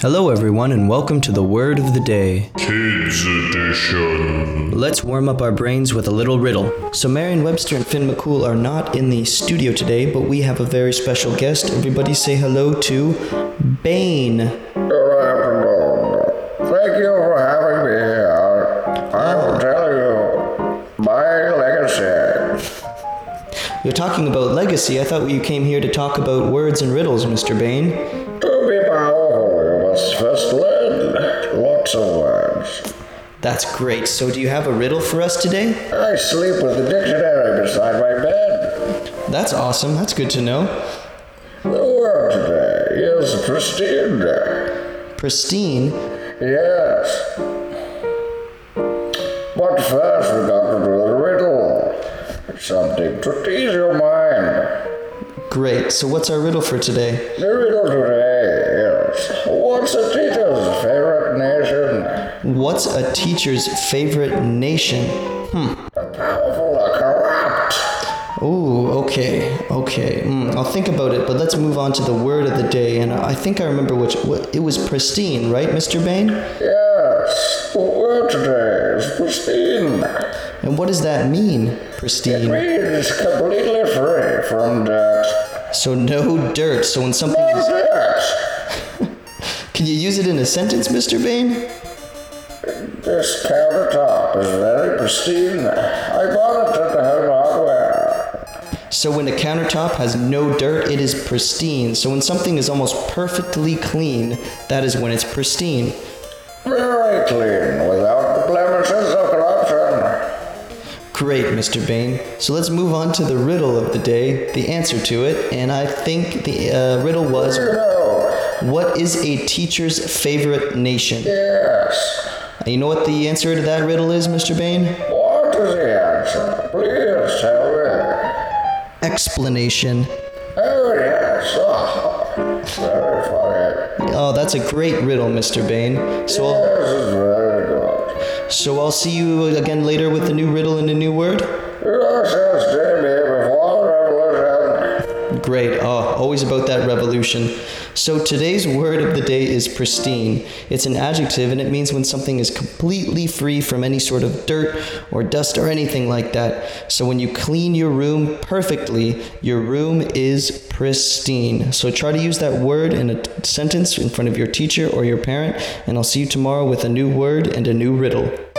Hello, everyone, and welcome to the word of the day. Kids Edition. Let's warm up our brains with a little riddle. So, Marion Webster and Finn McCool are not in the studio today, but we have a very special guest. Everybody say hello to Bane. Thank you for having me here. I will tell you my legacy. You're talking about legacy. I thought you came here to talk about words and riddles, Mr. Bane. To be powerful, you must first learn lots of words. That's great. So, do you have a riddle for us today? I sleep with the dictionary beside my bed. That's awesome. That's good to know. The word today is pristine. Pristine. Yes. But first, we got to do the riddle. Something to tease your mind. Great. So, what's our riddle for today? The riddle today is what's a teacher's favorite nation? What's a teacher's favorite nation? The powerful are corrupt. Ooh, okay, okay. Mm, I'll think about it, but let's move on to the word of the day. And I think I remember which what, it was pristine, right, Mr. Bain? Yes, the word today is pristine. And what does that mean, pristine? Means completely free from dirt. So no dirt. So when something No is, dirt. can you use it in a sentence, Mr. Bain? This countertop is very pristine. I bought it at the Home Hardware. So when a countertop has no dirt, it is pristine. So when something is almost perfectly clean, that is when it's pristine. Very clean, without the blemishes of corruption. Great, Mr. Bain. So let's move on to the riddle of the day, the answer to it, and I think the uh, riddle was You know, What is a teacher's favorite nation? yes. And you know what the answer to that riddle is, Mr. Bain? What is the answer? Please tell me. Explanation. Oh, yes. Oh, very funny. Oh, that's a great riddle, Mr. Bain. So I'll, This is very good. so I'll see you again later with a new riddle and a new word. Yes, yes, Jamie, before the revolution. Great. Oh, always about that revolution. So today's word of the day is pristine. It's an adjective and it means when something is completely free from any sort of dirt or dust or anything like that. So when you clean your room perfectly, your room is pristine. So try to use that word in a t- sentence in front of your teacher or your parent, and I'll see you tomorrow with a new word and a new riddle.